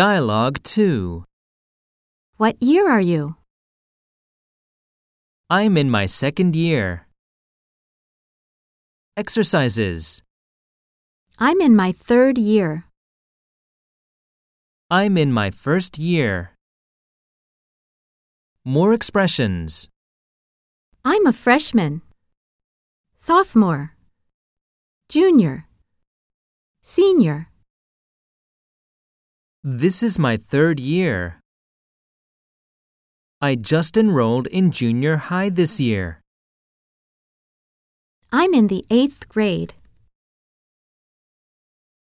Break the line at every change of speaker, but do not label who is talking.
Dialogue 2
What year are you?
I'm in my second year. Exercises
I'm in my third year.
I'm in my first year. More expressions.
I'm a freshman, sophomore, junior, senior.
This is my third year. I just enrolled in junior high this year.
I'm in the eighth grade.